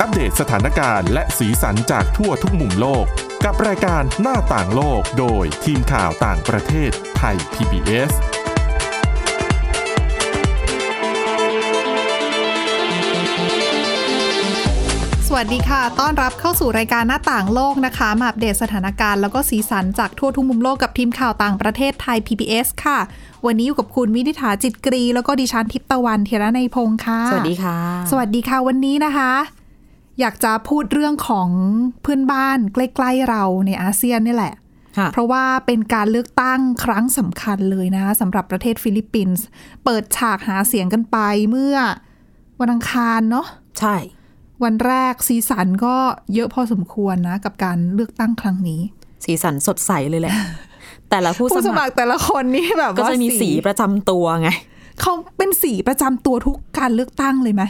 อัปเดตสถานการณ์และสีสันจากทั่วทุกมุมโลก กับรายการหน้าต่างโลกโดยทีมข่าวต่างประเทศไทย PBS สวัสดีค่ะ ต้อนรับเข้าสู่รายการหน้าต่างโลกนะคะ มาอัปเดตสถานการณ์แล้วก็สีสันจากทั่วทุกมุมโลกกับทีมข่าวต่างประเทศไทย PBS ค่ะ วันนี้อยู่กับคุณวินิษฐาจิตกรี แล้วก็ดิฉันทิพย์ตะวันเทระในยพงค์ค่ะ สวัสดีค่ะ สวัสดีค่ะวันนี้นะคะ อยากจะพูดเรื่องของเพื่อนบ้านใกล้ๆเราในอาเซียนนี่แหละ ค่ะ เพราะว่าเป็นการเลือกตั้งครั้งสำคัญเลยนะสำหรับประเทศฟิลิปปินส์เปิดฉากหาเสียงกันไปเมื่อวันอังคารเนาะ ใช่ วันแรกสีสันก็เยอะพอสมควรนะ กับการเลือกตั้งครั้งนี้ สีสันสดใสเลย แหละ แต่ละผู้ ผู้ ส ส มั มั ค ค ร รแต่ละคนนี่แบบ ก็ ว่า จะมีสีประจำตัวไง เขาเป็นสีประจำตัวทุกการเลือกตั้งเลยไหม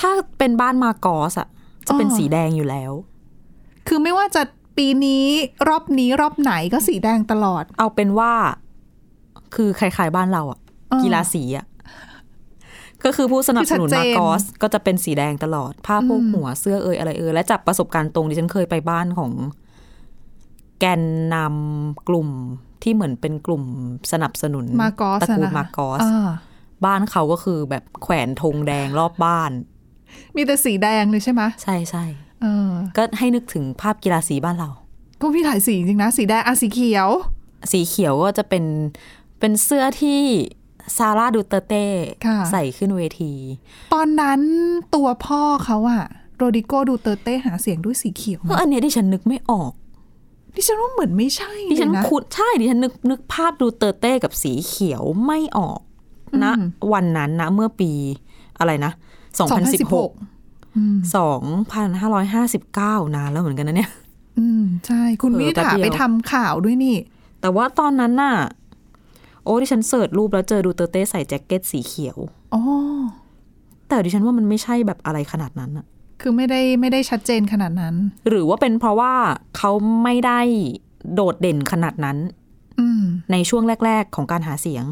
ถ้าเป็นบ้านมาโกอสอะจะเป็น อ๋อ สีแดงอยู่แล้ว คือไม่ว่าจะปีนี้รอบนี้รอบไหนก็สีแดงตลอด เอาเป็นว่า คือคล้ายๆบ้านเราอะ เออ กีฬาสีอะก็คือผู้สนับสนุน คือชัดเจ มาน โกอส ก็จะเป็นสีแดงตลอด ผ้าโพกหัวเสื้อเอยอะไรเอยและจากประสบการณ์ตรงดิฉันเคยไปบ้านของ แกนนำกลุ่มที่เหมือนเป็นกลุ่มสนับสนุน มากอส ตระกูล นะ มาโกอส า บ้านเขาก็คือแบบแขวนธงแดงรอบบ้าน มีแต่สีแดงเลยใช่ไหม ใช่ใช่ เออ ก็ให้นึกถึงภาพกีฬาสีบ้านเรา ก็มีหลายสีจริงนะ สีแดงอะสีเขียว สีเขียวก็จะเป็นเป็นเสื้อที่ซาร่าดูเตอร์เต้ ค่ะ ใส่ขึ้นเวที ตอนนั้นตัวพ่อเขาอะโรดิโกดูเตอร์เต้หาเสียงด้วยสีเขียว ก็อันเนี้ยดิฉันนึกไม่ออก ดิฉันว่าเหมือนไม่ใช่ ดิฉัน เลยนะ คุดใช่ดิฉันนึกนึกภาพดูเตอร์เต้กับสีเขียวไม่ออกนะ อืม วันนั้นนะเมื่อปีอะไรนะ2016 2016อืม 2559 นานแล้วเหมือนกันนะเนี่ย อืม ใช่ คุณ เผลอ วิ แป๊บ ถา เดียว ไปทำข่าวด้วยนี่ แต่ว่าตอนนั้นน่ะ โอ้ดิฉันเสิร์ชรูปแล้วเจอดูเตอร์เต้ใส่แจ็คเก็ตสีเขียว อ๋อ แต่ดิฉันว่ามันไม่ใช่แบบอะไรขนาดนั้นอะ คือไม่ได้ไม่ได้ชัดเจนขนาดนั้น หรือว่าเป็นเพราะว่าเขาไม่ได้โดดเด่นขนาดนั้น อืม ในช่วงแรก ๆ ของการหาเสียง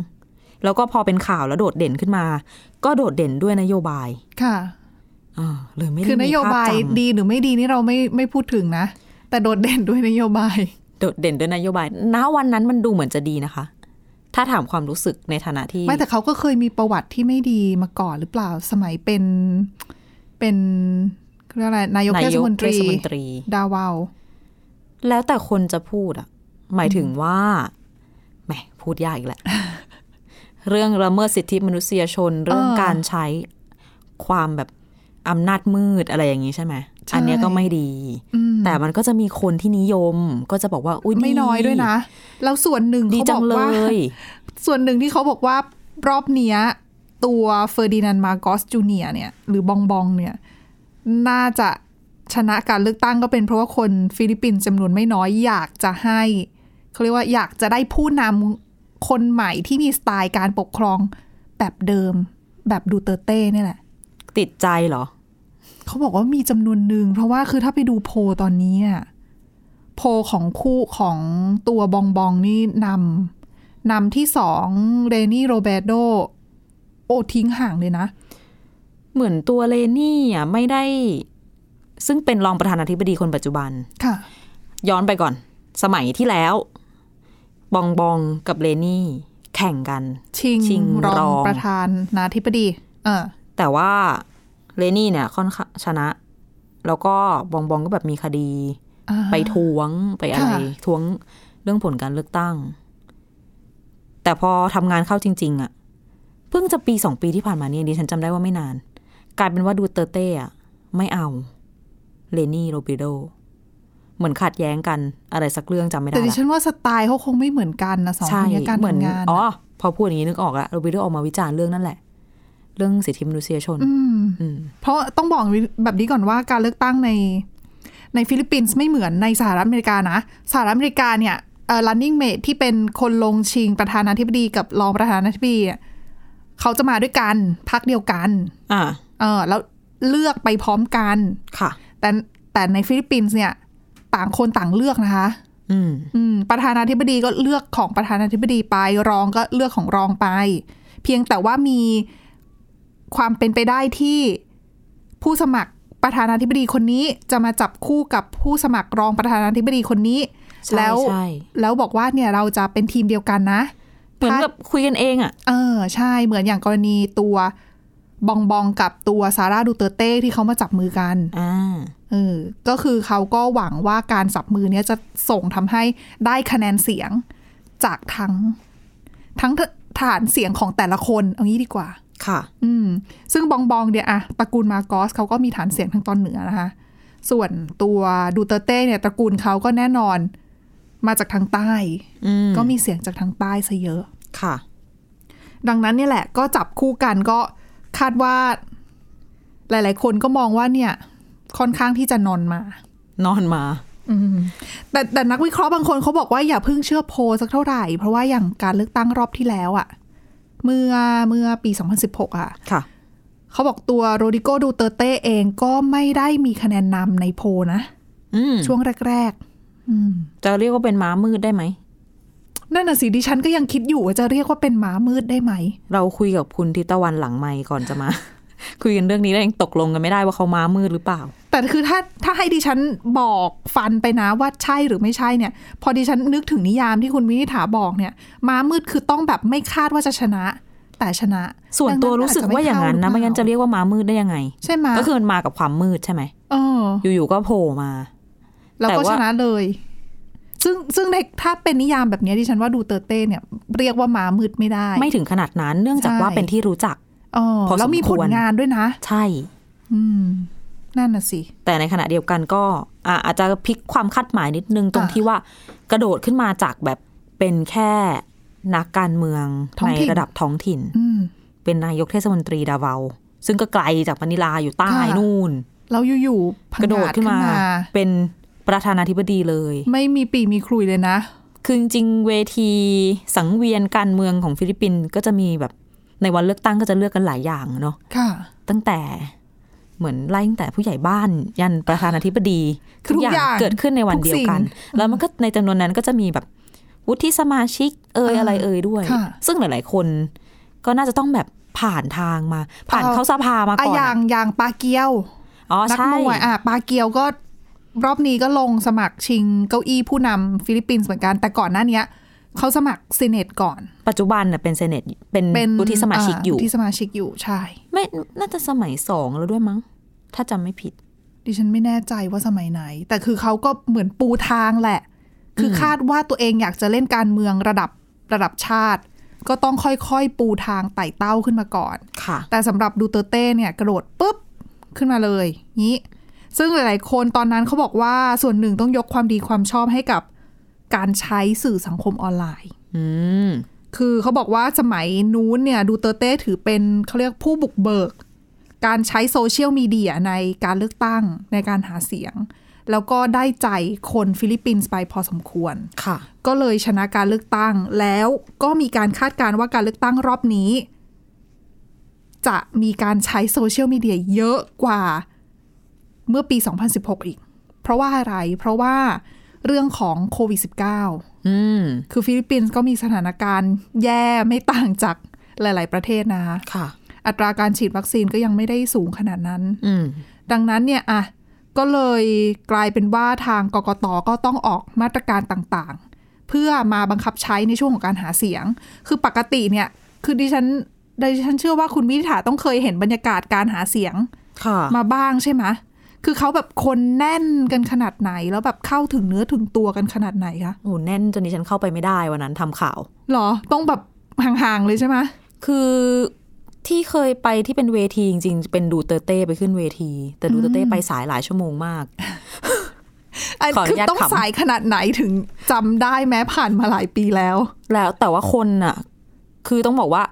แล้วก็พอเป็นข่าวแล้วโดดเด่นขึ้นมา ก็โดดเด่นด้วยนโยบาย ค่ะ อ่าเลยไม่ได้ คือนโยบาย มีภพจำ ดีหรือไม่ดีนี่เราไม่ไม่พูดถึงนะ แต่โดดเด่นด้วยนโย บาย โดดเด่นด้วยนโยบาย ณ วันนั้นมันดูเหมือนจะดีนะคะ ถ้าถามความรู้สึกในฐานะที่ ไม่แต่เขาก็เคยมีประวัติที่ไม่ดีมาก่อนหรือเปล่า สมัยเป็น เป็นเขาเรียกอะไร นายกเทศมนตรี เทศมนตรี ดาวาว แล้วแต่คนจะพูดอะหมายถึงว่าแหมพูดยากอีกแหละ เรื่องละเมิดสิทธิมนุษยชน เรื่อง เออ การใช้ความแบบอำนาจมืดอะไรอย่างนี้ใช่ไหม ใช่ อันเนี้ยก็ไม่ดี อืม แต่มันก็จะมีคนที่นิยม ก็จะบอกว่าอุ้ย ไม่น้อยด้วยนะ แล้วส่วนหนึ่ง ดี เขา จั บ ง อก เล ว่า ย ส่วนหนึ่งที่เขาบอกว่ารอบเนี้ย ตัวเฟอร์ดินานด์มาโกอสจูเนียร์เนี่ย หรือบองบองเนี่ย น่าจะชนะการเลือกตั้งก็เป็นเพราะว่าคนฟิลิปปินส์จำนวนไม่น้อยอยากจะให้เขาเรียกว่าอยากจะได้ผู้นำคนใหม่ที่มีสไตล์การปกครองแบบเดิม แบบดูเตอร์เต้เนี่ยแหละ ติดใจเหรอ เขาบอกว่ามีจำนวนหนึ่งเพราะว่าคือถ้าไปดูโพลตอนนี้อะโพลของคู่ของตัวบองบองนี่นำนำที่สองเรนี่โรเบโดโอทิ้งห่างเลยนะ เหมือนตัวเลนี่อ่ะไม่ได้ ซึ่งเป็นรองประธานาธิบดีคนปัจจุบัน ค่ะ ย้อนไปก่อน สมัยที่แล้ว บองบองกับเลนี่ แข่งกัน ชิง ชิง รอ รอง ง ประธานนาธิบดี เออ แต่ว่าเลนี่เนี่ยค่อนข้างชนะ แล้วก็บองบองก็แบบมีคดี อ่า ไปทวงไปอะไร ค่ะ ทวงเรื่องผลการเลือกตั้ง แต่พอทำงานเข้าจริง ๆอะเพิ่งจะปีสองปีที่ผ่านมาเนี่ยดิฉันจำได้ว่าไม่นาน กลายเป็นว่าดูเตอร์เต้อะไม่เอาเลนี่โรบิโด เหมือนขัดแย้งกันอะไรสักเรื่องจำไม่ได้ แต่ดิ ละ ฉันว่าสไตล์เขาคงไม่เหมือนกันนะสองคนเนี้ยการ เหมือน ทำงาน อ๋อ พอพูดอย่างนี้นึกออกละโรบิโดออกมาวิจารณ์เรื่องนั่นแหละ เรื่องสิทธิมนุษยชน ม อืม เพราะต้องบอกแบบนี้ก่อนว่าการเลือกตั้งใน ในฟิลิปปินส์ไม่เหมือนในสหรัฐอเมริกานะ สหรัฐอเมริกาเนี่ยเอ่อ running mate ที่เป็นคนลงชิงประธานาธิบดีกับรองประธานาธิบดีเนี่ยเขาจะมาด้วยกันพักเดียวกัน อ่า เออแล้วเลือกไปพร้อมกัน ค่ะ แต่แต่ในฟิลิปปินส์เนี่ยต่างคนต่างเลือกนะคะ อืม อืมประธานาธิบดีก็เลือกของประธานาธิบดีไป รองก็เลือกของรองไป เพียงแต่ว่ามีความเป็นไปได้ที่ผู้สมัคร ประธานาธิบดีคนนี้จะมาจับคู่กับผู้สมัครรองประธานาธิบดีคนนี้ ใช่ แล้ว ใช่ แล้วบอกว่าเนี่ยเราจะเป็นทีมเดียวกันนะ เหมือนแบบคุยกันเองอะ เออใช่เหมือนอย่างกรณีตัวบองบองกับตัวซาร่าดูเตอร์เต้ที่เขามาจับมือกัน อ่า เออ ก็คือเขาก็หวังว่าการจับมือเนี้ยจะส่งทำให้ได้คะแนนเสียงจากทั้งทั้งฐานเสียงของแต่ละคนเอางี้ดีกว่า ค่ะ อืม ซึ่งบองบองเนี่ยอะตระกูลมาโกสเขาก็มีฐานเสียงทางตอนเหนือนะคะ ส่วนตัวดูเตอร์เต้เนี่ยตระกูลเขาก็แน่นอนมาจากทางใต้ อืม ก็มีเสียงจากทางใต้ซะเยอะ ค่ะ ดังนั้นเนี่ยแหละก็จับคู่กันก็คาดว่า หลาย ๆ คนก็มองว่าเนี่ย ค่อนข้างที่จะนอนมา นอนมา อืมแต่แต่นักวิเคราะห์บางคนเขาบอกว่าอย่าเพิ่งเชื่อโพลสักเท่าไหร่ เพราะว่าอย่างการเลือกตั้งรอบที่แล้วอะเมื่อเมื่อปี 2016อะ ค่ะ เขาบอกตัวโรดิโกดูเตอร์เต้เองก็ไม่ได้มีคะแนนนำในโพลนะ อืม ช่วงแรก ๆ อืม จะเรียกว่าเป็นม้ามืดได้ไหม นั่นน่ะสิดิฉันก็ยังคิดอยู่ว่าจะเรียกว่าเป็นหมามืดได้ไหม เราคุยกับคุณทิตะวันหลังไมค์ก่อนจะมา คุยกันเรื่องนี้แล้วยังตกลงกันไม่ได้ว่าเขาม้ามืดหรือเปล่า แต่คือถ้าถ้าให้ดิฉันบอกฟันไปนะว่าใช่หรือไม่ใช่เนี่ย พอดิฉันนึกถึงนิยามที่คุณวินิถาบอกเนี่ย ม้ามืดคือต้องแบบไม่คาดว่าจะชนะ แต่ชนะ ส่วนตัว ดั รู้สึกว่าอย่างนั้นนะไม่งั้นจะเรียกว่าม้ามืดได้ยังไง ใช่ไหม ก็คือมันมากับความมืดใช่ไหม เออ อยู่ๆก็โผล่มา แล้ว แต่ ก็ชว่านะเลย ซึ่งซึ่งในถ้าเป็นนิยามแบบเนี้ยดิฉันว่าดูเตอร์เต้เนี่ย เรียกว่าม้ามืดไม่ได้ ไม่ถึงขนาดนั้น เนื่องจาก ใช่ ว่าเป็นที่รู้จัก เออ พอสมควร แล้วมีผลงานด้วยนะ ใช่ อืม นั่นน่ะสิ แต่ในขณะเดียวกันก็อ่ะอาจจะพลิกความคาดหมายนิดนึงตรง อ่ะ ที่ว่ากระโดดขึ้นมาจากแบบเป็นแค่นักการเมือง ท้อง ใน ถิ่น ระดับท้องถิ่น อืม เป็นนายกเทศมนตรีดาเวา ซึ่งก็ไกลจากมะนิลาอยู่ใต้ ค่ะ นู่น แล้วอยู่ๆพัง กระโดด งาด ขึ้ ขึ้ น น มา มา เป็นประธานาธิบดีเลย ไม่มีปีมีครุยเลยนะ คือจริงๆเวทีสังเวียนการเมืองของฟิลิปปินส์ก็จะมีแบบในวันเลือกตั้งก็จะเลือกกันหลายอย่างเนาะ ค่ะ ตั้งแต่เหมือนไล่ตั้งแต่ผู้ใหญ่บ้านยันประธานาธิบดี ทุกอย่าง เกิดขึ้นในวันเดียวกัน ทุกสิ่ง แล้วมันก็ในจำนวนนั้นก็จะมีแบบวุฒิสมาชิกเอ่ย อ่า อะไรเอ่ยด้วย ค่ะ ซึ่งหลายๆ คนก็น่าจะต้องแบบผ่านทางมา ผ่าน เอา เข้าสภามา อะ ก่อน อย่างอย่างปาเกียว อ๋อ นัก ใช่ มวยอ่ะปาเกียวก็รอบนี้ก็ลงสมัครชิงเก้าอี้ผู้นำฟิลิปปินส์เหมือนกัน แต่ก่อนหน้าเนี้ยเขาสมัครซีเนตก่อน ปัจจุบันเน่ะเป็นเซเนตเป็น เป็น วุฒิสมาชิกอยู่ ที่สมาชิกอยู่ใช่ ไม่น่าจะสมัยสองแล้วด้วยมั้ง ถ้าจำไม่ผิด ดิฉันไม่แน่ใจว่าสมัยไหน แต่คือเขาก็เหมือนปูทางแหละ คืออ ม คาดว่าตัวเองอยากจะเล่นการเมืองระดับระดับชาติ ก็ต้องค่อยๆปูทางไต่เต้าขึ้นมาก่อน ค่ะ แต่สำหรับดูเตอร์เต้เนี่ย กระโดดปุ๊บ ขึ้นมาเลยนี้ ซึ่งหลาย ๆ คนตอนนั้นเขาบอกว่าส่วนหนึ่งต้องยกความดีความชอบให้กับการใช้สื่อสังคมออนไลน์ อืม คือเขาบอกว่าสมัยนู้นเนี่ยดูเตอร์เต้ถือเป็นเขาเรียกผู้บุกเบิก การใช้โซเชียลมีเดียในการเลือกตั้งในการหาเสียง แล้วก็ได้ใจคนฟิลิปปินส์ไปพอสมควร ค่ะ ก็เลยชนะการเลือกตั้ง แล้วก็มีการคาดการณ์ว่าการเลือกตั้งรอบนี้ จะมีการใช้โซเชียลมีเดียเยอะกว่าเมื่อปี 2016 อีก เพราะว่าอะไร เพราะว่าเรื่องของโควิด -19 อืม คือฟิลิปปินส์ก็มีสถานการณ์แย่ไม่ต่างจากหลาย ๆ ประเทศนะคะ ค่ะ อัตราการฉีดวัคซีนก็ยังไม่ได้สูงขนาดนั้น อืม ดังนั้นเนี่ยอ่ะก็เลยกลายเป็นว่าทางกกตก็ต้องออกมาตรการต่างๆ เพื่อมาบังคับใช้ในช่วงของการหาเสียง คือปกติเนี่ย คือดิฉันดิฉันเชื่อว่าคุณวินิถาต้องเคยเห็นบรรยากาศการหาเสียง ค่ะ มาบ้างใช่ไหมคือเขาแบบคนแน่นกันขนาดไหน แล้วแบบเข้าถึงเนื้อถึงตัวกันขนาดไหนคะ โอ้แน่นจนดิฉันเข้าไปไม่ได้วันนั้นทำข่าว หรอต้องแบบห่างๆเลยใช่ไหม คือที่เคยไปที่เป็นเวทีจริงๆ เป็นดูเตอร์เต้ไปขึ้นเวที แต่ดูเตอร์เต้ไปสายหลายชั่วโมงมาก อัน ขออนุ คือ ญาต ต้อง ขำ สายขนาดไหนถึงจำได้แม้ผ่านมาหลายปีแล้ว แล้วแต่ว่าคนน่ะ คือต้องบอกว่า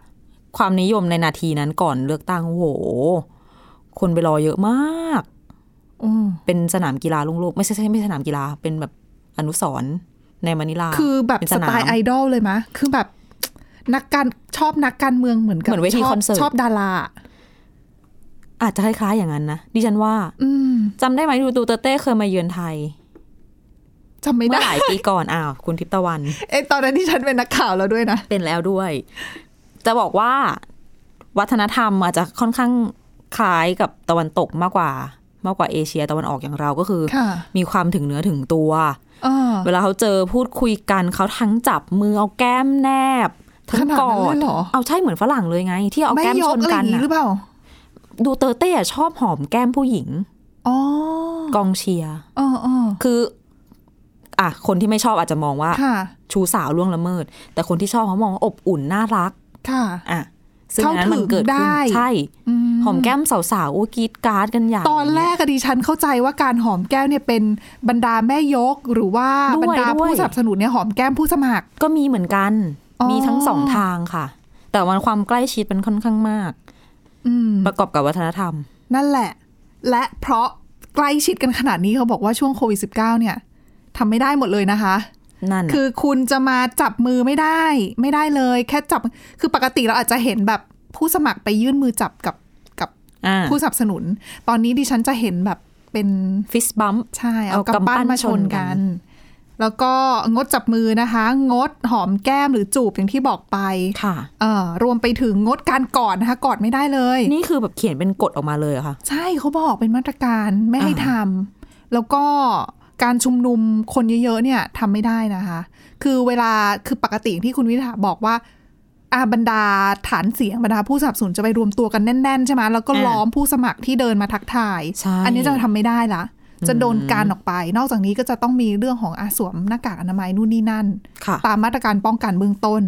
ความนิยมในนาทีนั้นก่อนเลือกตั้งโอ้โห คนไปรอเยอะมาก อืม เป็นสนามกีฬาโล่งๆไม่ใช่ไม่ใช่สนามกีฬา เป็นแบบอนุสรณ์ในมะนิลา คือแบบ เป็น ส สนาม ไตล์ไอดอลเลยมะ คือแบบนักการชอบนักการเมืองเหมือนกับ เหมือนเวที ชบ คอนเสิร์ต ชอบดารา อาจจะคล้ายๆอย่างนั้นนะดิฉันว่า อืม จำได้ไหมดูดูเตอร์เต้เคยมาเยือนไทย จำไม่ เมื่อ ได้ หลายปีก่อนอ้าวคุณทิพย์ตะวัน เอยตอนนั้นที่ฉันเป็นนักข่าวแล้วด้วยนะ เป็นแล้วด้วย จะบอกว่าวัฒนธรรมอาจจะค่อนข้างคล้ายกับตะวันตกมากกว่า มากกว่าเอเชียตะวันออกอย่างเราก็คือ ค่ะ มีความถึงเนื้อถึงตัว เออ เวลาเขาเจอพูดคุยกันเขาทั้งจับมือเอาแก้มแนบทั้ ข ง นาด กอ นั้นเลยดเหรอ เอาใช่เหมือนฝรั่งเลยไง ที่เอา ไม่ แก้ม ย ช ก น อะไรอ กัน ย่างนี้ น่ะ หรือเปล่า ดูเตอร์เต้อะชอบหอมแก้มผู้หญิง อ๋อก องเชียร์ อ๋ออ๋อ คืออ่ะคนที่ไม่ชอบอาจจะมองว่า ค่ะ ชูสาวล่วงละเมิด แต่คนที่ชอบเขามองว่าอบอุ่นน่ารัก ค่ะ อ่ะซึ่งอันนั้นมันเกิด เข้าถึงขึ้น ได้ ใช่ ม หอมแก้มสาวๆอู้กรีดกราร์ดกันใหญ่ ตอนแรกอะดิฉันเข้าใจว่าการหอมแก้วเนี่ยเป็นบรรดาแม่ยกหรือว่าบรรดาผู้สนับสนุนเนี่ยหอมแก้มผู้สมัคร ก็มีเหมือนกัน อ๋อ มีทั้งสองทางค่ะ แต่มันความใกล้ชิดมันค่อนข้างมาก อืม ประกอบกับวัฒนธรรม นั่นแหละ และเพราะใกล้ชิดกันขนาดนี้เขาบอกว่าช่วงโควิด -19 เนี่ยทำไม่ได้หมดเลยนะคะ นั่นน่ะ คือคุณจะมาจับมือไม่ได้ ไม่ได้เลย แค่จับคือปกติเราอาจจะเห็นแบบผู้สมัครไปยื่นมือจับกับกับ อ่า ผู้สนับสนุน ตอนนี้ดิฉันจะเห็นแบบเป็น ฟิสบัม ใช่เอา เอากำ กำ ปั้ ปั้ น นมาชน ชนกั กัน น แล้วก็งดจับมือนะคะ งดหอมแก้มหรือจูบอย่างที่บอกไป ค่ะ เอ่อรวมไปถึงงดการกอดนะคะ กอดไม่ได้เลย นี่คือแบบเขียนเป็นกฎออกมาเลยเหรอค่ะ ใช่เขาบอกเป็นมาตรการไม่ให้ อ่า ทำแล้วก็การชุมนุมคนเยอะๆเนี่ยทำไม่ได้นะคะ คือเวลาคือปกติที่คุณวิถาบอกว่าอาบรรดาฐานเสียงบรรดาผู้สนับสนุนจะไปรวมตัวกันแน่นๆใช่ไหมแล้วก็ล้อมผู้สมัครที่เดินมาทักทาย ใช่ อันนี้จะทำไม่ได้ละ อืม จะโดนการออกไป นอกจากนี้ก็จะต้องมีเรื่องของอาสวมหน้ากากอนามัยนู่นนี่นั่น ค่ะ ตามมาตรการป้องกันเบื้องต้น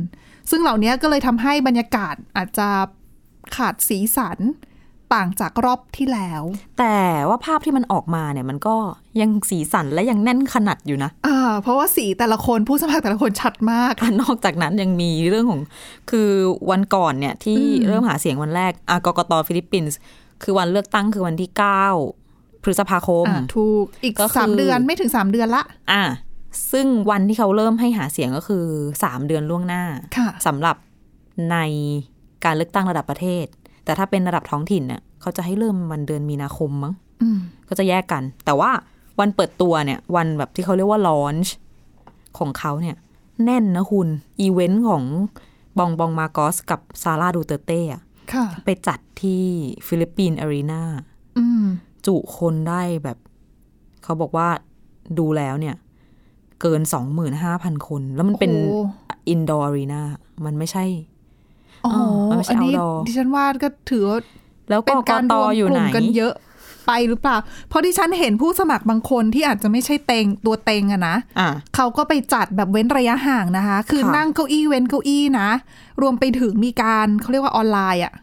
ซึ่งเหล่านี้ก็เลยทำให้บรรยากาศอาจจะขาดสีสันต่างจากรอบที่แล้ว แต่ว่าภาพที่มันออกมาเนี่ยมันก็ยังสีสันและยังแน่นขนาดอยู่นะ อ่า เพราะว่าสีแต่ละคนผู้สมัครแต่ละคนชัดมาก อ่ะ นอกจากนั้นยังมีเรื่องของคือวันก่อนเนี่ยอที่ืม เริ่มหาเสียงวันแรกอ่ะกกตฟิลิปปินส์คือวันเลือกตั้งคือวันที่ 9 พฤษภาคม อ่าถูกอีก ก็คือ สามเดือนไม่ถึงสามเดือนละ อ่ะซึ่งวันที่เขาเริ่มให้หาเสียงก็คือ 3 เดือนล่วงหน้า ค่ะ สำหรับในการเลือกตั้งระดับประเทศ แต่ถ้าเป็นระดับท้องถิ่นเน่ะเขาจะให้เริ่มวันเดือนมีนาคมมั้ง อืม ก็จะแยกกัน แต่ว่าวันเปิดตัวเนี่ย วันแบบที่เขาเรียกว่าลอนช์ของเขาเนี่ย แน่นนะคุณ อีเวนต์ของบองบองมาโกสกับซาร่าดูเตอร์เต้อะ ค่ะ ไปจัดที่ฟิลิปปินส์อารีนา อืม จุคนได้แบบ เขาบอกว่าดูแล้วเนี่ย เกิน 25,000 คน แล้วมันเป็น โอ้โห อินดอร์อารีนามันไม่ใช่ โอ้โห อ่าไม่ใช่ อันนี้ outdoor ดิฉันว่าก็ถือว่า แล้ว เป็ ก็ น ก การ ต รวม อยู่ ก ไหน ลุ่มกันเยอะไปหรือเปล่า เพราะที่ฉันเห็นผู้สมัครบางคนที่อาจจะไม่ใช่เต็งตัวเต็งอะนะ อ่ะ เขาก็ไปจัดแบบเว้นระยะห่างนะคะ คือ ค่ะ นั่งเก้าอี้เว้นเก้าอี้นะ รวมไปถึงมีการเขาเรียกว่าออนไลน์อะ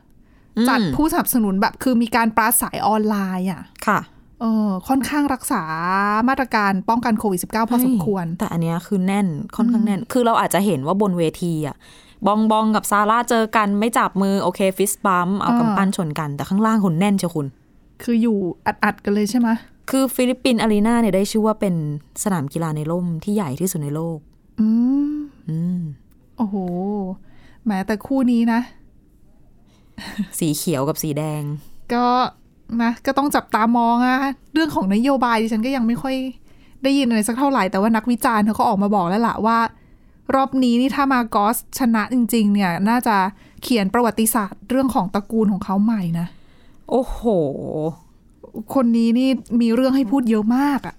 จัด อืม ผู้สนับสนุนแบบคือมีการปราศัยออนไลน์อะ ค่ะ เออค่อนข้างรักษามาตรการป้องกันโควิด -19 พอสมควร แต่อันเนี้ยคือแน่นค่อนข้างแน่น คือเราอาจจะเห็นว่าบนเวทีอะบองบองกับซาร่าเจอกันไม่จับมือโอเคฟิสบัมเอา อ่า กำปั้นชนกันแต่ข้างล่างคนแน่นเชียวคุณ คืออยู่อัดๆกันเลยใช่ไหม คือฟิลิปปินส์อารีนาเนี่ยได้ชื่อว่าเป็นสนามกีฬาในร่มที่ใหญ่ที่สุดในโลก อืม อืม โอ้โหแหมแต่คู่นี้นะ สีเขียวกับสีแดง ก็นะก็ต้องจับตามองอะเรื่องของนโยบายดิฉันก็ยังไม่ค่อยได้ยินอะไรสักเท่าไหร่แต่ว่านักวิจารณ์เขาก็ออกมาบอกแล้วล่ะว่า รอบนี้นี่ถ้ามากอสชนะจริง ๆ เนี่ย น่าจะเขียนประวัติศาสตร์เรื่องของตระกูลของเขาใหม่นะ โอ้โห คนนี้นี่มีเรื่องให้พูดเยอะมากอะ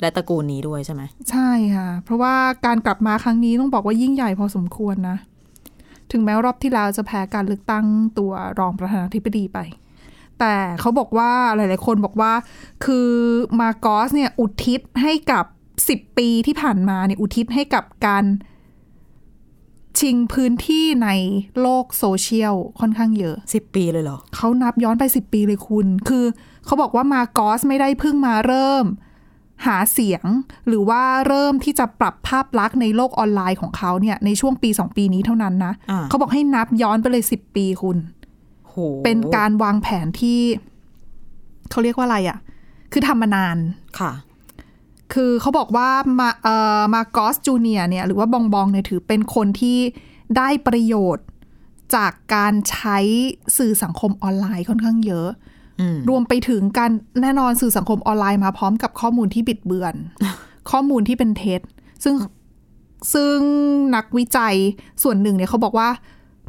และตระกูลนี้ด้วยใช่ไหม ใช่ค่ะ เพราะว่าการกลับมาครั้งนี้ต้องบอกว่ายิ่งใหญ่พอสมควรนะ ถึงแม้รอบที่แล้วจะแพ้การเลือกตั้งตัวรองประธานาธิบดีไป แต่เขาบอกว่าหลาย ๆ คนบอกว่า คือมาโกอสเนี่ยอุทิศให้กับ 10 ปีที่ผ่านมาเนี่ยอุทิศให้กับการชิงพื้นที่ในโลกโซเชียลค่อนข้างเยอะ 10 ปีเลยเหรอ เขานับย้อนไป 10 ปีเลยคุณ คือเขาบอกว่ามาโกอสไม่ได้เพิ่งมาเริ่ม หาเสียงหรือว่าเริ่มที่จะปรับภาพลักษณ์ในโลกออนไลน์ของเขาเนี่ยในช่วงปี 2 ปีนี้เท่านั้นนะ อ่า เขาบอกให้นับย้อนไปเลย 10 ปีคุณ โห เป็นการวางแผนที่ เขาเรียกว่าอะไรอะ่ะ คือทำมานาน ค่ะ คือเขาบอกว่ามาเอ่อมาโกอสจูเนียเนี่ยหรือว่าบองบองเนี่ยถือเป็นคนที่ได้ประโยชน์จากการใช้สื่อสังคมออนไลน์ค่อนข้างเยอะ อืม รวมไปถึงการแน่นอนสื่อสังคมออนไลน์มาพร้อมกับข้อมูลที่บิดเบือน ข้อมูลที่เป็นเท็จ ซึ่งซึ่งนักวิจัยส่วนหนึ่งเนี่ยเขาบอกว่า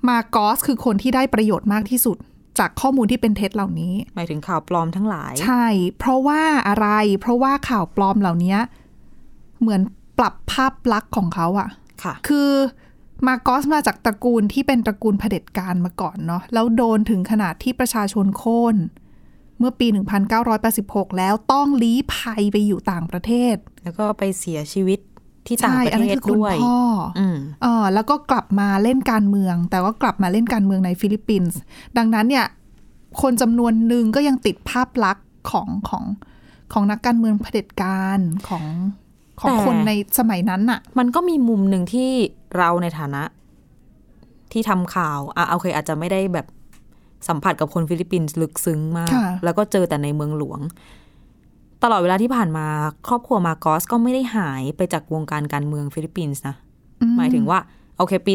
มาโกอสคือคนที่ได้ประโยชน์มากที่สุด จากข้อมูลที่เป็นเท็จเหล่านี้ หมายถึงข่าวปลอมทั้งหลาย ใช่ เพราะว่าอะไร เพราะว่าข่าวปลอมเหล่านี้เหมือนปรับภาพลักษณ์ของเขาอะ ค่ะ คือมาร์กอสมาจากตระกูลที่เป็นตระกูลเผด็จการมาก่อนเนาะแล้วโดนถึงขนาดที่ประชาชนโค่นเมื่อปี 1986 แล้วต้องลี้ภัยไปอยู่ต่างประเทศ แล้วก็ไปเสียชีวิตที่ต่างประ อัน เท นั้น ศ คือคุณ ด้วย พ่อ อืม เออแล้วก็กลับมาเล่นการเมือง แต่ว่ากลับมาเล่นการเมืองในฟิลิปปินส์ดังนั้นเนี่ย คนจำนวนหนึ่งก็ยังติดภาพลักษณ์ของของของนักการเมืองเผด็จการของของ แต่ คนในสมัยนั้นน่ะ มันก็มีมุมหนึ่งที่เราในฐานะ ที่ทำข่าว อ่ะโอเค อาจจะไม่ได้แบบสัมผัสกับคนฟิลิปปินส์ลึกซึ้งมาก ค่ะ แล้วก็เจอแต่ในเมืองหลวง ตลอดเวลาที่ผ่านมา ครอบครัวมาร์กอสก็ไม่ได้หายไปจากวงการการเมืองฟิลิปปินส์นะ อื หมายถึงว่า โอเค ปี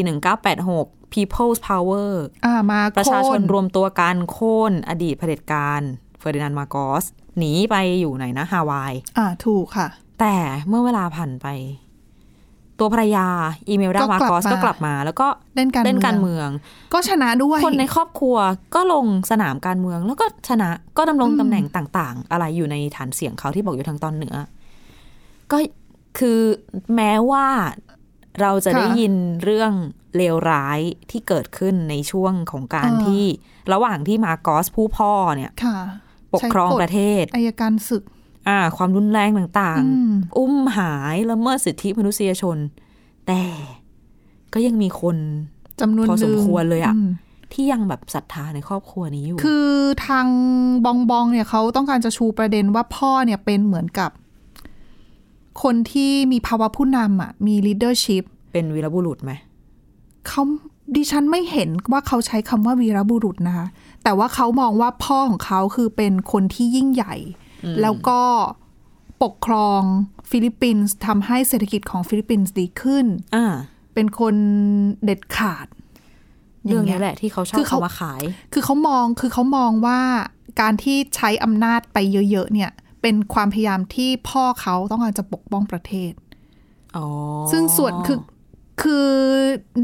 1986 People's Power อ่ามา ประชาชน โค่ รวมตัวกันโค่นอดีตเผด็จการเฟอร์ดินานด์มาร์กอสหนีไปอยู่ไหนนะฮาวาย อ่าถูกค่ะ แต่เมื่อเวลาผ่านไป ตัวภรรยาอีเมลดา ก็ มาก ลับ กอส มา ก็กลับมา แล้วก็ เล่นการ เล่นการ เมือง เมือง ก็ชนะด้วย คนในครอบครัวก็ลงสนามการเมือง แล้วก็ชนะก็ดำรง อืม ตำแหน่งต่าง ๆ อะไรอยู่ในฐานเสียงเขาที่บอกอยู่ทางตอนเหนือ ก็คือแม้ว่าเราจะได้ยินเรื่องเลวร้ายที่เกิดขึ้นในช่วงของการที่ ระหว่างที่มาร์กอสผู้พ่อเนี่ย ค่ะ ปกครองประเทศ อายการศึก อ่า ความรุนแรงต่าง อื ๆ ม อุ้มหายละเมิดสิทธิมนุษยชน แต่ก็ยังมีคน จำนวน พอ ห ส นึ่ ม ง ควรเลยอะ ม ที่ยังแบบศรัทธาในครอบครัวนี้อยู่ คือทางบองบองเนี่ยเขาต้องการจะชูประเด็นว่าพ่อเนี่ยเป็นเหมือนกับ คนที่มีภาวะผู้นำอ่ะ มี leadership เป็นวีรบุรุษไหม เขาดิฉันไม่เห็นว่าเขาใช้คำว่าวีรบุรุษนะคะ แต่ว่าเขามองว่าพ่อของเขาคือเป็นคนที่ยิ่งใหญ่ แล้วก็ปกครองฟิลิปปินส์ทำให้เศรษฐกิจของฟิลิปปินส์ดีขึ้น อ่า เป็นคนเด็ดขาด เรื่อง ย่า นี้ ย แหละที่เขาชอ คื บ อเขา เขามาขาย คือเขามอง คือเขามองว่าการที่ใช้อำนาจไปเยอะ ๆ เนี่ย เป็นความพยายามที่พ่อเขาต้องการจะปกป้องประเทศ อ๋อ ซึ่งส่วนคือ คือ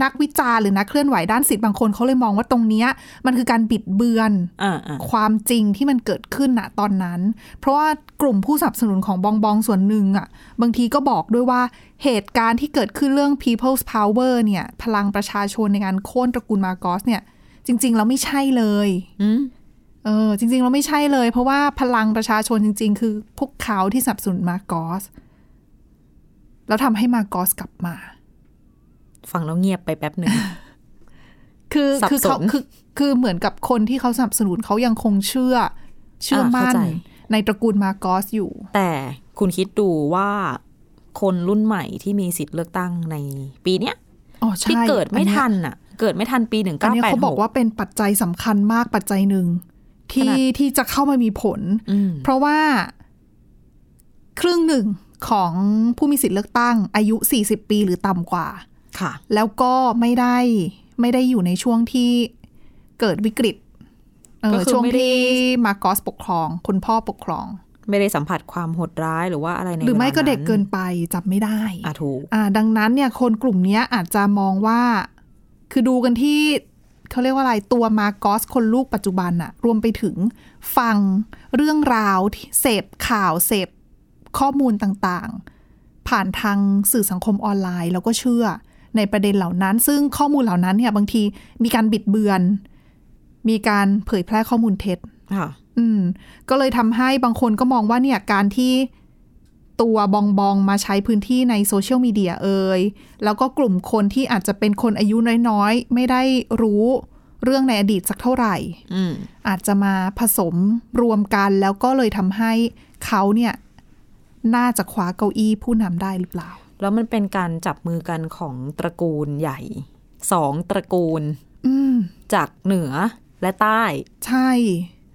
นักวิจารณ์หรือนักเคลื่อนไหวด้านสิทธิ์บางคนเขาเลยมองว่าตรงเนี้ยมันคือการบิดเบือน อ่าอ่า ความจริงที่มันเกิดขึ้นณตอนนั้น เพราะว่ากลุ่มผู้สนับสนุนของบองบองส่วนหนึ่งอะ่ะ บางทีก็บอกด้วยว่าเหตุการณ์ที่เกิดขึ้นเรื่อง People's Power เนี่ย พลังประชาชนในการโค่นตระกูลมาร์กอสเนี่ย จริง ๆ แล้วไม่ใช่เลย อืม เออ จริง ๆ แล้วไม่ใช่เลย เพราะว่าพลังประชาชนจริง ๆ คือพวกเขาที่สนับสนุนมาร์กอส แล้วทำให้มาร์กอสกลับมา ฟังแล้วเงียบไปแป๊บ หนึ่ง คือ สับ คือเขา สน คือคือเหมือนกับคนที่เขาสนับสนุนเขายังคงเชื่อ เชื่อมั่ เข้านใจ ในตระกูลมาร์กอสอยู่ แต่คุณคิดดูว่าคนรุ่นใหม่ที่มีสิทธิ์เลือกตั้งในปีเนี้ย อ๋อใช่ ที่เกิดไม่ อั ทันอ่ะ เกิดไม่ทันปีหนึ่ง อัน เก้า เนี้ย แปด เขา ห บอก ก ว่าเป็นปัจจัยสำคัญมากปัจจัยหนึ่ง ข ที่ นาด ที่จะเข้ามามีผล อืม เพราะว่า ครึ่งหนึ่งของผู้มีสิทธิ์เลือกตั้ง อายุ 40 ปีหรือต่ำกว่า ค่ะ แล้วก็ไม่ได้ไม่ได้อยู่ในช่วงที่เกิดวิกฤตเอ ก็ อ คือ ช่วง ไม่ได้ ที่มาร์กอสปกครอง คุณพ่อปกครอง ไม่ได้สัมผัสความโหดร้ายหรือว่าอะไรใน หรือไม่ก็เด็กเกินไปจำไม่ได้ อ่ะถูก อ่าดังนั้นเนี่ยคนกลุ่มเนี้ยอาจจะมองว่า คือดูกันที่เขาเรียกว่าอะไรตัวมาร์กอสคนลูกปัจจุบันอะรวมไปถึงฟังเรื่องราวที่เสพข่าวเสพข้อมูลต่างๆ ผ่านทางสื่อสังคมออนไลน์ แล้วก็เชื่อในประเด็นเหล่านั้น ซึ่งข้อมูลเหล่านั้นเนี่ยบางทีมีการบิดเบือน มีการเผยแพร่ข้อมูลเท็จ ค่ะ อืมก็เลยทำให้บางคนก็มองว่าเนี่ยการที่ตัวบองบองมาใช้พื้นที่ในโซเชียลมีเดียเอ่ยแล้วก็กลุ่มคนที่อาจจะเป็นคนอายุน้อยๆ ไม่ได้รู้เรื่องในอดีตสักเท่าไหร่ อืม อาจจะมาผสมรวมกันแล้วก็เลยทำให้เขาเนี่ยน่าจะคว้าเก้าอี้ผู้นำได้หรือเปล่า แล้วมันเป็นการจับมือกันของตระกูลใหญ่สองตระกูล อืม จากเหนือและใต้ ใช่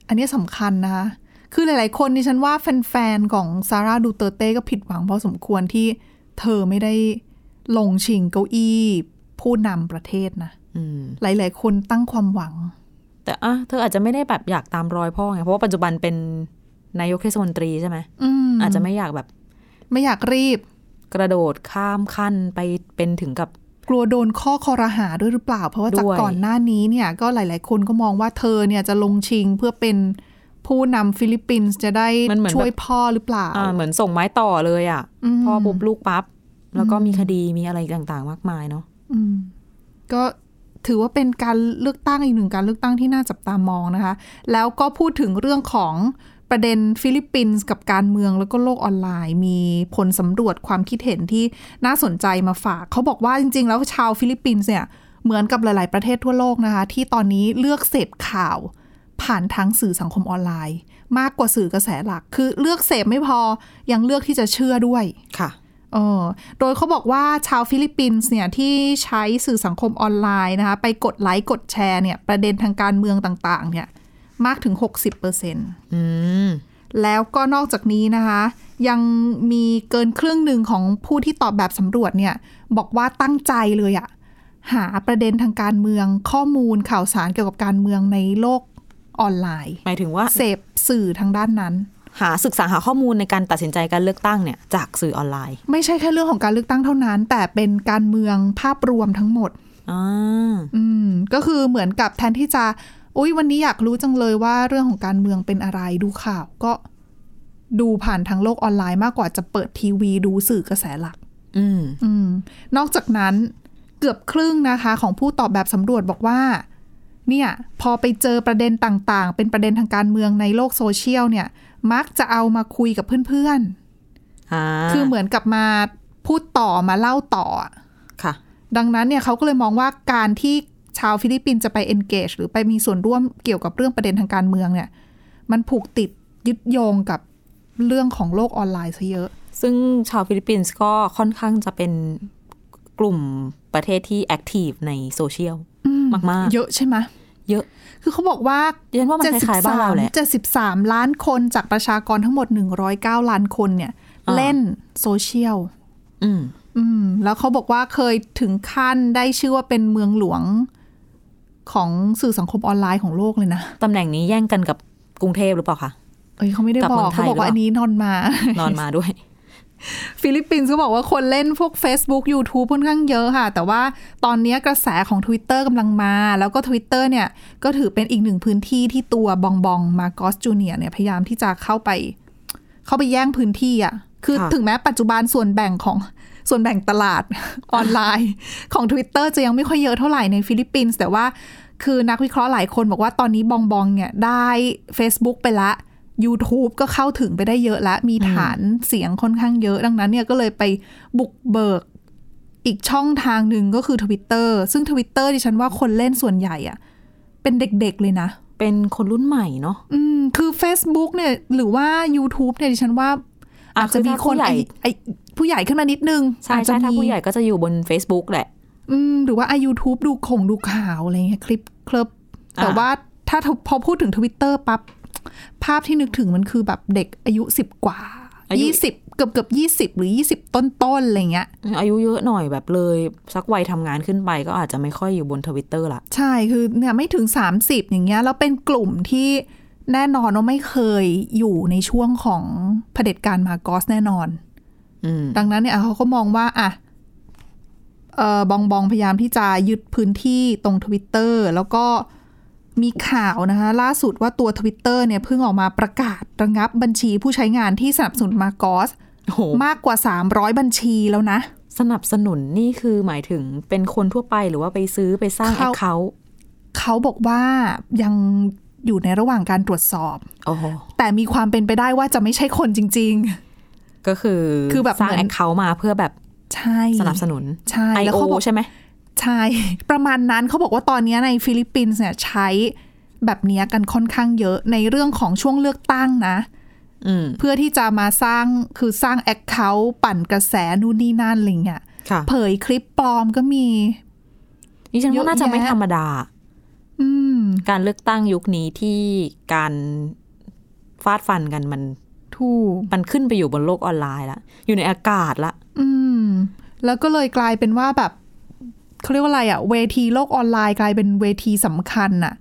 อันนี้สำคัญนะคะ คือหลาย ๆ คนดิฉันว่าแฟน ๆ ของซาร่าดูเตอร์เต้ก็ผิดหวังพอสมควรที่เธอไม่ได้ลงชิงเก้าอี้ ผู้นำประเทศนะ อืม หลาย ๆ คนตั้งความหวัง แต่อ่ะเธออาจจะไม่ได้แบบอยากตามรอยพ่อไง เพราะว่าปัจจุบันเป็นนายกเทศมนตรีใช่ไหม อืม อาจจะไม่อยากแบบ ไม่อยากรีบ กระโดดข้ามขั้นไปเป็นถึงกับ กลัวโดนข้อคอรหาด้วยหรือเปล่า เพราะว่าจาก ด้วย ก่อนหน้านี้เนี่ยก็หลาย ๆ คนก็มองว่าเธอเนี่ยจะลงชิงเพื่อเป็นผู้นำฟิลิปปินส์จะได้ มันเหมือนแบบ ช่วยพ่อหรือเปล่า อ่าเหมือนส่งไม้ต่อเลยอะ่ะ อืม พ่อปุ๊บลูกปั๊บแล้วก็มีคดีมีอะไรต่างๆ มากมายเนาะ อืมก็ถือว่าเป็นการเลือกตั้งอีกหนึ่งการเลือกตั้งที่น่าจับตามองนะคะ แล้วก็พูดถึงเรื่องของประเด็นฟิลิปปินส์กับการเมืองแล้วก็โลกออนไลน์ มีผลสำรวจความคิดเห็นที่น่าสนใจมาฝาก เขาบอกว่าจริง ๆ แล้วชาวฟิลิปปินส์เนี่ยเหมือนกับหลาย ๆ ประเทศทั่วโลกนะคะ ที่ตอนนี้เลือกเสพข่าว ผ่านทางสื่อสังคมออนไลน์ มากกว่าสื่อกระแสหลัก คือเลือกเสพไม่พอยังเลือกที่จะเชื่อด้วย ค่ะ เออโดยเขาบอกว่าชาวฟิลิปปินส์เนี่ยที่ใช้สื่อสังคมออนไลน์นะคะไปกดไลค์กดแชร์เนี่ยประเด็นทางการเมืองต่างๆเนี่ยมากถึง 60% อืม แล้วก็นอกจากนี้นะคะยังมีเกินครึ่งหนึ่งของผู้ที่ตอบแบบสำรวจเนี่ยบอกว่าตั้งใจเลยอะหาประเด็นทางการเมืองข้อมูลข่าวสารเกี่ยวกับการเมืองในโลกออนไลน์ หมายถึงว่า เสพสื่อทางด้านนั้น หาศึกษาหาข้อมูลในการตัดสินใจการเลือกตั้งเนี่ยจากสื่อออนไลน์ ไม่ใช่แค่เรื่องของการเลือกตั้งเท่านั้น แต่เป็นการเมืองภาพรวมทั้งหมด อ่า อืมก็คือเหมือนกับแทนที่จะ อุ๊ยวันนี้อยากรู้จังเลยว่าเรื่องของการเมืองเป็นอะไรดูข่าวก็ดูผ่านทางโลกออนไลน์มากกว่าจะเปิดทีวีดูสื่อกระแสหลัก อืม อืมนอกจากนั้นเกือบครึ่งนะคะ ของผู้ตอบแบบสำรวจบอกว่า เนี่ย พอไปเจอประเด็นต่างๆ เป็นประเด็นทางการเมืองในโลกโซเชียลเนี่ย มักจะเอามาคุยกับเพื่อน อ่า ๆ คือเหมือนกับมาพูดต่อมาเล่าต่ออะ ค่ะ ดังนั้นเนี่ยเขาก็เลยมองว่าการที่ชาวฟิลิปปินส์จะไป engage หรือไปมีส่วนร่วมเกี่ยวกับเรื่องประเด็นทางการเมืองเนี่ย มันผูกติดยึดโยงกับเรื่องของโลกออนไลน์ซะเยอะ ซึ่งชาวฟิลิปปินส์ก็ค่อนข้างจะเป็นกลุ่มประเทศที่แอคทีฟในโซเชียลมาก เยอะใช่ไหม ๆ เยอะ คือเขาบอกว่า ดิฉันว่ามันคล้ายๆบ้านเราแหละ เจ็ดสิบสามล้านคนจากประชากรทั้งหมด 109 ล้านคนเนี่ย อ่า เล่นโซเชียล อืม อืมแล้วเขาบอกว่าเคยถึงขั้นได้ชื่อว่าเป็นเมืองหลวงของสื่อสังคมออนไลน์ของโลกเลยนะ ตำแหน่งนี้แย่งกันกับกรุงเทพหรือเปล่าคะ เอ้ยเขาไม่ได้ กับ บอก เมืองไท เขา ย บอกว่า หรืออั อันนี้นอนมา นอนมาด้วย ฟิลิปปินส์ก็บอกว่าคนเล่นพวก Facebook YouTube ค่อนข้างเยอะค่ะ แต่ว่าตอนนี้กระแสของ Twitter กำลังมา แล้วก็ Twitter เนี่ย ก็ถือเป็นอีกหนึ่งพื้นที่ที่ตัวบองบองมาโกสจูเนียเนี่ยพยายามที่จะเข้าไป เข้าไปแย่งพื้นที่อ่ะ คือ ค่ะ ถึงแม้ปัจจุบันส่วนแบ่งของส่วนแบ่งตลาด ออนไลน์ ของ Twitter จะยังไม่ค่อยเยอะเท่าไหร่ในฟิลิปปินส์แต่ว่าคือนักวิเคราะห์หลายคนบอกว่าตอนนี้บองบองเนี่ยได้ Facebook ไปละ YouTube ก็เข้าถึงไปได้เยอะละ มีฐานเสียงค่อนข้างเยอะ ดังนั้นเนี่ยก็เลยไปบุกเบิกอีกช่องทางหนึ่งก็คือ Twitter ซึ่ง Twitter ดิฉันว่าคนเล่นส่วนใหญ่อะเป็นเด็ก ๆเลยนะ เป็นคนรุ่นใหม่เนาะ อืมคือ Facebook เนี่ยหรือว่า YouTube เนี่ยดิฉันว่า อาจจะมีคน อถ้าผู้ใหญ่ ไอ้ไอ้ผู้ใหญ่ขึ้นมานิดนึง ใช่ อาจจะ ใช่ถ้า มี ผู้ใหญ่ก็จะอยู่บน Facebook แหละ อืมหรือว่าไอ้ YouTube ดูข่งดูข่าวอะไรเงี้ยคลิปคลิปแต่ อ่า ว่าถ้าพอพูดถึงทวิตเตอร์ปั๊บ ภาพที่นึกถึงมันคือแบบเด็กอายุสิบกว่ายี่สิบเกือบเกือบยี่สิบหรือยี่สิบต้นต้นๆอะไรเงี้ย อายุเยอะหน่อยแบบเลย สักวัยทำงานขึ้นไปก็อาจจะไม่ค่อยอยู่บนทวิตเตอร์ละ ใช่คือเนี่ยไม่ถึง 30 อย่างเงี้ยแล้วเป็นกลุ่มที่แน่นอนว่าไม่เคยอยู่ในช่วงของเผด็จการมาโกสแน่นอน อืม ดังนั้นเนี่ยเขาก็มองว่าอ่ะเออบองบองพยายามที่จะยึดพื้นที่ตรงทวิตเตอร์แล้วก็มีข่าวนะคะ ล่าสุดว่าตัวทวิตเตอร์เนี่ยเพิ่งออกมาประกาศระงับบัญชีผู้ใช้งานที่สนับสนุนมาโกส โอ้โห มากกว่า 300 บัญชีแล้วนะ สนับสนุนนี่คือหมายถึงเป็นคนทั่วไปหรือว่าไปซื้อไปสร้างแอ เขา คเคาท์ เขาบอกว่ายังอยู่ในระหว่างการตรวจสอบ โอ้โห แต่มีความเป็นไปได้ว่าจะไม่ใช่คนจริง ก็คือ คือแบบ สร้าง เหมื แอ อน คเคาท์มาเพื่อแบบ ๆ ใช่ สนับสนุน ใช่แล้ว I.O. เขาบอก ใช่ไหม ใช่ ประมาณนั้นเขาบอกว่าตอนนี้ในฟิลิปปินส์เนี่ยใช้แบบเนี้ยกันค่อนข้างเยอะในเรื่องของช่วงเลือกตั้งนะ อืม เพื่อที่จะมาสร้างคือสร้างแอคเคาท์ปั่นกระแสนู่นนี่นั่นอะไรเงี้ย ค่ะ เผยคลิปปลอมก็มี นี่ฉันว่าน่าจะไม่ เยอะแยะ ธรรมดา อืม การเลือกตั้งยุคนี้ที่การฟาดฟันกันมัน ถูก มันขึ้นไปอยู่บนโลกออนไลน์ละ อยู่ในอากาศละ อืม แล้วก็เลยกลายเป็นว่าแบบเขาเรียกว่าอะไรอะเวทีโลกออนไลน์กลายเป็นเวทีสำคัญน่ะ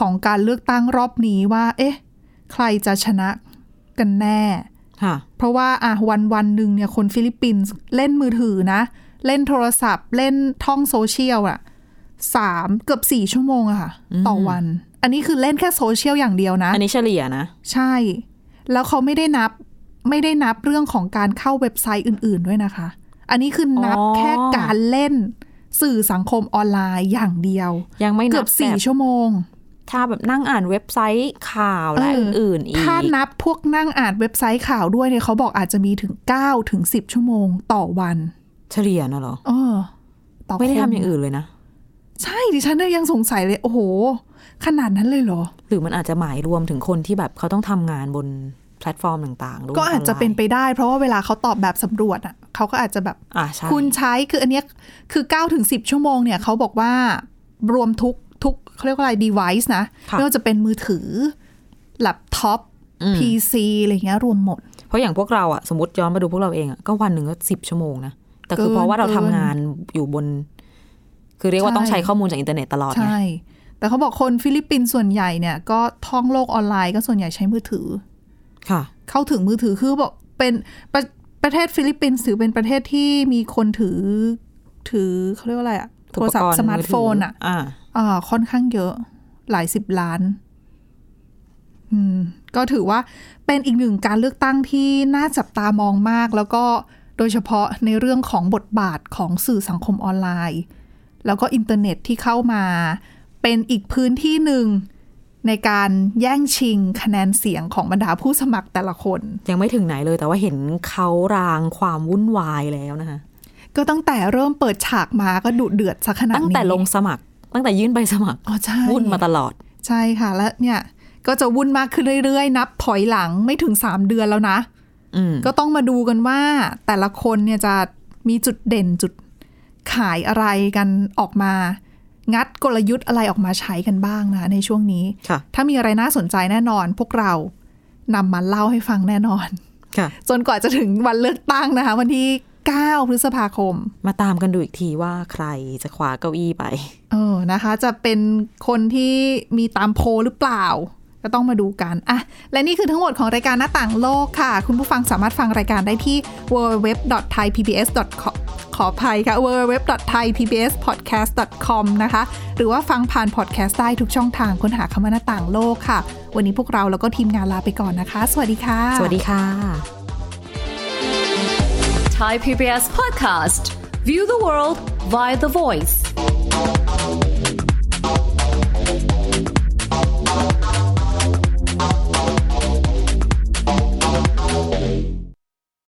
ของการเลือกตั้งรอบนี้ว่า เอ๊ะ ใครจะชนะกันแน่ ค่ะ เพราะว่าอ่ะวันวันหนึ่งเนี่ยคนฟิลิปปินส์เล่นมือถือนะ เล่นโทรศัพท์ เล่นท่องโซเชียลอะสามเกือบสี่ชั่วโมงอะค่ะ ต่อวัน อันนี้คือเล่นแค่โซเชียลอย่างเดียวนะ อันนี้เฉลี่ยนะ ใช่ แล้วเขาไม่ได้นับไม่ได้นับเรื่องของการเข้าเว็บไซต์อื่น ๆด้วยนะคะ อันนี้คือนับ อ๋อ แค่การเล่นสื่อสังคมออนไลน์อย่างเดียว ยังไม่นั เกือ บบ สี่ แบบ ชั่วโมง ถ้าแบบนั่งอ่านเว็บไซต์ข่าวและ เอออื่ อื่นๆอีก ถ้านับพวกนั่งอ่านเว็บไซต์ข่าวด้วยเนี่ยเขาบอกอาจจะมีถึง9ถึง10 ชั่วโมงต่อวัน เฉลี่ยนะเหรอ เออต่อคน ไม่ได้ทำอย่างอื่นเลยนะ ใช่ดิฉันเนี่ยยังสงสัยเลย โอ้โห ขนาดนั้นเลยเหรอ หรือมันอาจจะหมายรวมถึงคนที่แบบเขาต้องทำงานบนแพลตฟอร์มต่างๆด้วย ก็อาจจะเป็น ไล ไปได้ เพราะว่าเวลาเขาตอบแบบสำรวจอ่ะเขาก็อาจจะแบบ อ่ะใช่ คุณใช้คืออันเนี้ยคือ9ถึง10 ชั่วโมงเนี่ยเขาบอกว่ารวมทุกทุกเขาเรียกว่าอะไร device นะ ค่ะ ไม่ว่าจะเป็นมือถือแล็ปท็อป อืม PC อะไรเงี้ยรวมหมด เพราะอย่างพวกเราอะสมมติย้อนมาดูพวกเราเองอะก็วันหนึ่งก็สิบชั่วโมงนะ แต่คือ เกิน เพราะว่าเรา เกิน ทำงานอยู่บน คือเรียกว่าต้อง ใช่ ใช้ข้อมูลจากอินเทอร์เน็ตตลอดไง ใช่ แต่เขาบอกคนฟิลิปปินส์ส่วนใหญ่เนี่ยก็ท่องโลกออนไลน์ก็ส่วนใหญ่ใช้มือถือ ค่ะ เข้าถึงมือถือคือบอกเป็นประประเทศฟิลิปปินส์ถือเป็นประเทศที่มีคนถือถือเขาเรียกว่าอะไรอะโทรศัพท์สมาร์ทโฟนอะ อ่า อ่าค่อนข้างเยอะหลายสิบล้าน อืม ก็ถือว่าเป็นอีกหนึ่งการเลือกตั้งที่น่าจับตามองมาก แล้วก็โดยเฉพาะในเรื่องของบทบาทของสื่อสังคมออนไลน์ แล้วก็อินเทอร์เน็ตที่เข้ามา เป็นอีกพื้นที่หนึ่งในการแย่งชิงคะแนนเสียงของบรรดาผู้สมัครแต่ละคน ยังไม่ถึงไหนเลยแต่ว่าเห็นเขารางความวุ่นวายแล้วนะคะ ก็ตั้งแต่เริ่มเปิดฉากมาก็ดุเดือดซะขนาดนี้ ตั้งแต่ลงสมัคร ตั้งแต่ยื่นใบสมัคร อ๋อใช่ วุ่นมาตลอด ใช่ค่ะ และเนี่ยก็จะวุ่นมากขึ้นเรื่อยๆ นับถอยหลังไม่ถึง 3 เดือนแล้วนะ อืม ก็ต้องมาดูกันว่าแต่ละคนเนี่ยจะมีจุดเด่นจุดขายอะไรกันออกมา งัดกลยุทธ์อะไรออกมาใช้กันบ้างนะในช่วงนี้ ค่ะ ถ้ามีอะไรน่าสนใจแน่นอน พวกเรานำมาเล่าให้ฟังแน่นอน ค่ะ จนกว่าจะถึงวันเลือกตั้งนะคะ วันที่ 9 พฤษภาคม มาตามกันดูอีกทีว่าใครจะคว้าเก้าอี้ไป เออนะคะ จะเป็นคนที่มีตามโพลหรือเปล่า ก็ต้องมาดูกันอ่ะและนี่คือทั้งหมดของรายการหน้าต่างโลกค่ะ คุณผู้ฟังสามารถฟังรายการได้ที่ www.thaipbs.com ขออภัยค่ะ www.thaipbspodcast.com นะคะ หรือว่าฟังผ่านพอดแคสต์ได้ทุกช่องทางค้นหาคำว่าหน้าต่างโลกค่ะ วันนี้พวกเราแล้วก็ทีมงานลาไปก่อนนะคะ สวัสดีค่ะ สวัสดีค่ะ Thai PBS podcast. View the world via the voice.